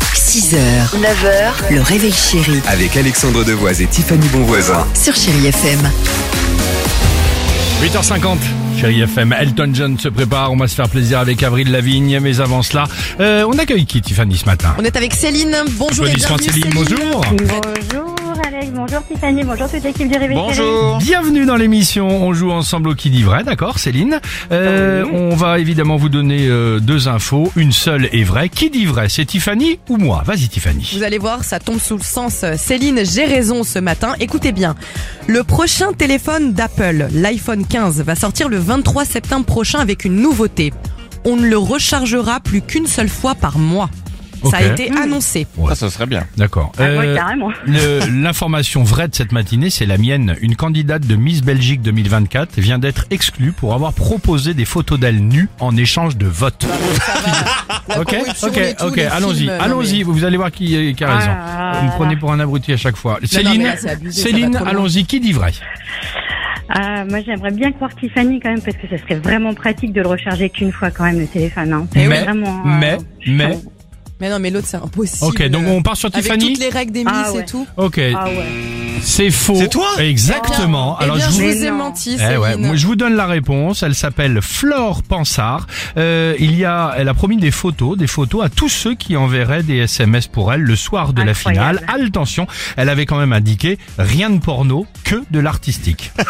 6h, 9h, le réveil chéri Avec Alexandre Devoise et Tiffany Bonvoisin. sur Chéri FM. 8h50, chérie FM, Elton John se prépare, on va se faire plaisir avec Avril Lavigne, mais avant cela, euh, on accueille qui Tiffany ce matin On est avec Céline. Bonjour et Applaudissements de bienvenue. Céline, bonjour Bonjour Alex, bonjour Tiffany, bonjour toute l'équipe du Réveil Chéri. Bienvenue dans l'émission, on joue ensemble au qui dit vrai, d'accord Céline Euh, On va évidemment vous donner euh, deux infos, une seule est vraie. Qui dit vrai, c'est Tiffany ou moi Vas-y Tiffany. Vous allez voir, ça tombe sous le sens. Céline, j'ai raison ce matin. Écoutez bien. Le prochain téléphone d'Apple, l'iPhone 15, va sortir le 23 septembre prochain avec une nouveauté. On ne le rechargera plus qu'une seule fois par mois. Ça a Ok. Hmm. été annoncé. Ouais. Ça, ça serait bien. D'accord. Ah, moi, Euh, carrément. le- L'information vraie de cette matinée, c'est la mienne. Une candidate de Miss Belgique 2024 vient d'être exclue pour avoir proposé des photos d'elle nue en échange de votes. Ah, Ok, ok, ok, allons-y, allons-y, vous allez voir qui, euh, qui a raison. Ah, Vous me prenez pour un abruti à chaque fois. mais Céline, là, c'est abusé, ça Céline, va trop loin. allons-y, qui dit vrai Ah, moi j'aimerais bien croire Tiffany quand même parce que ça serait vraiment pratique de le recharger qu'une fois quand même le téléphone. Hein. C'est Mais, vraiment, mais, je mais- sens- Mais non, mais l'autre, c'est impossible. Ok, donc on part sur euh, Avec Tiffany toutes les règles des miss Ah ouais. et tout. Ok, Ah ouais. c'est faux. C'est toi Exactement. Eh Alors bien, je vous... Mais ai non. menti, Eh Céline. ouais, moi, je vous donne la réponse. Elle s'appelle Flore Pansard. Euh, il y a, elle a promis des photos, des photos à tous ceux qui enverraient des SMS pour elle le soir de Incroyable. la finale. Attention, elle avait quand même indiqué rien de porno, que de l'artistique. Ah.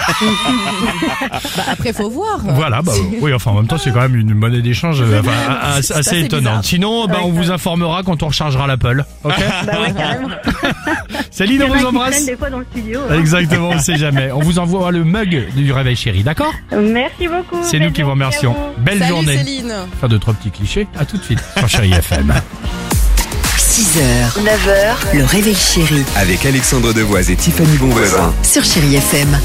Bah, après, faut voir. Voilà, bah, oui, enfin, en même temps, c'est quand même une monnaie d'échange euh, enfin, a- a- C'est assez, assez étonnante. bizarre. Sinon, bah, on vous informera quand on rechargera l'Apple. Ok Bah ouais, carrément. Céline, Il y on en a vous qui embrasse. traînent des fois dans le studio. hein. Exactement, on ne sait jamais. On vous envoie le mug du réveil chéri, d'accord hein. Merci beaucoup. C'est belle nous qui vous journée à remercions. vous. Belle Salut, journée. Céline. Faire deux, trois petits clichés. À tout de suite sur Chéri FM. 6h, 9h, le réveil chéri Avec Alexandre Devoise et Tiffany Bonvoisin. sur Chéri FM.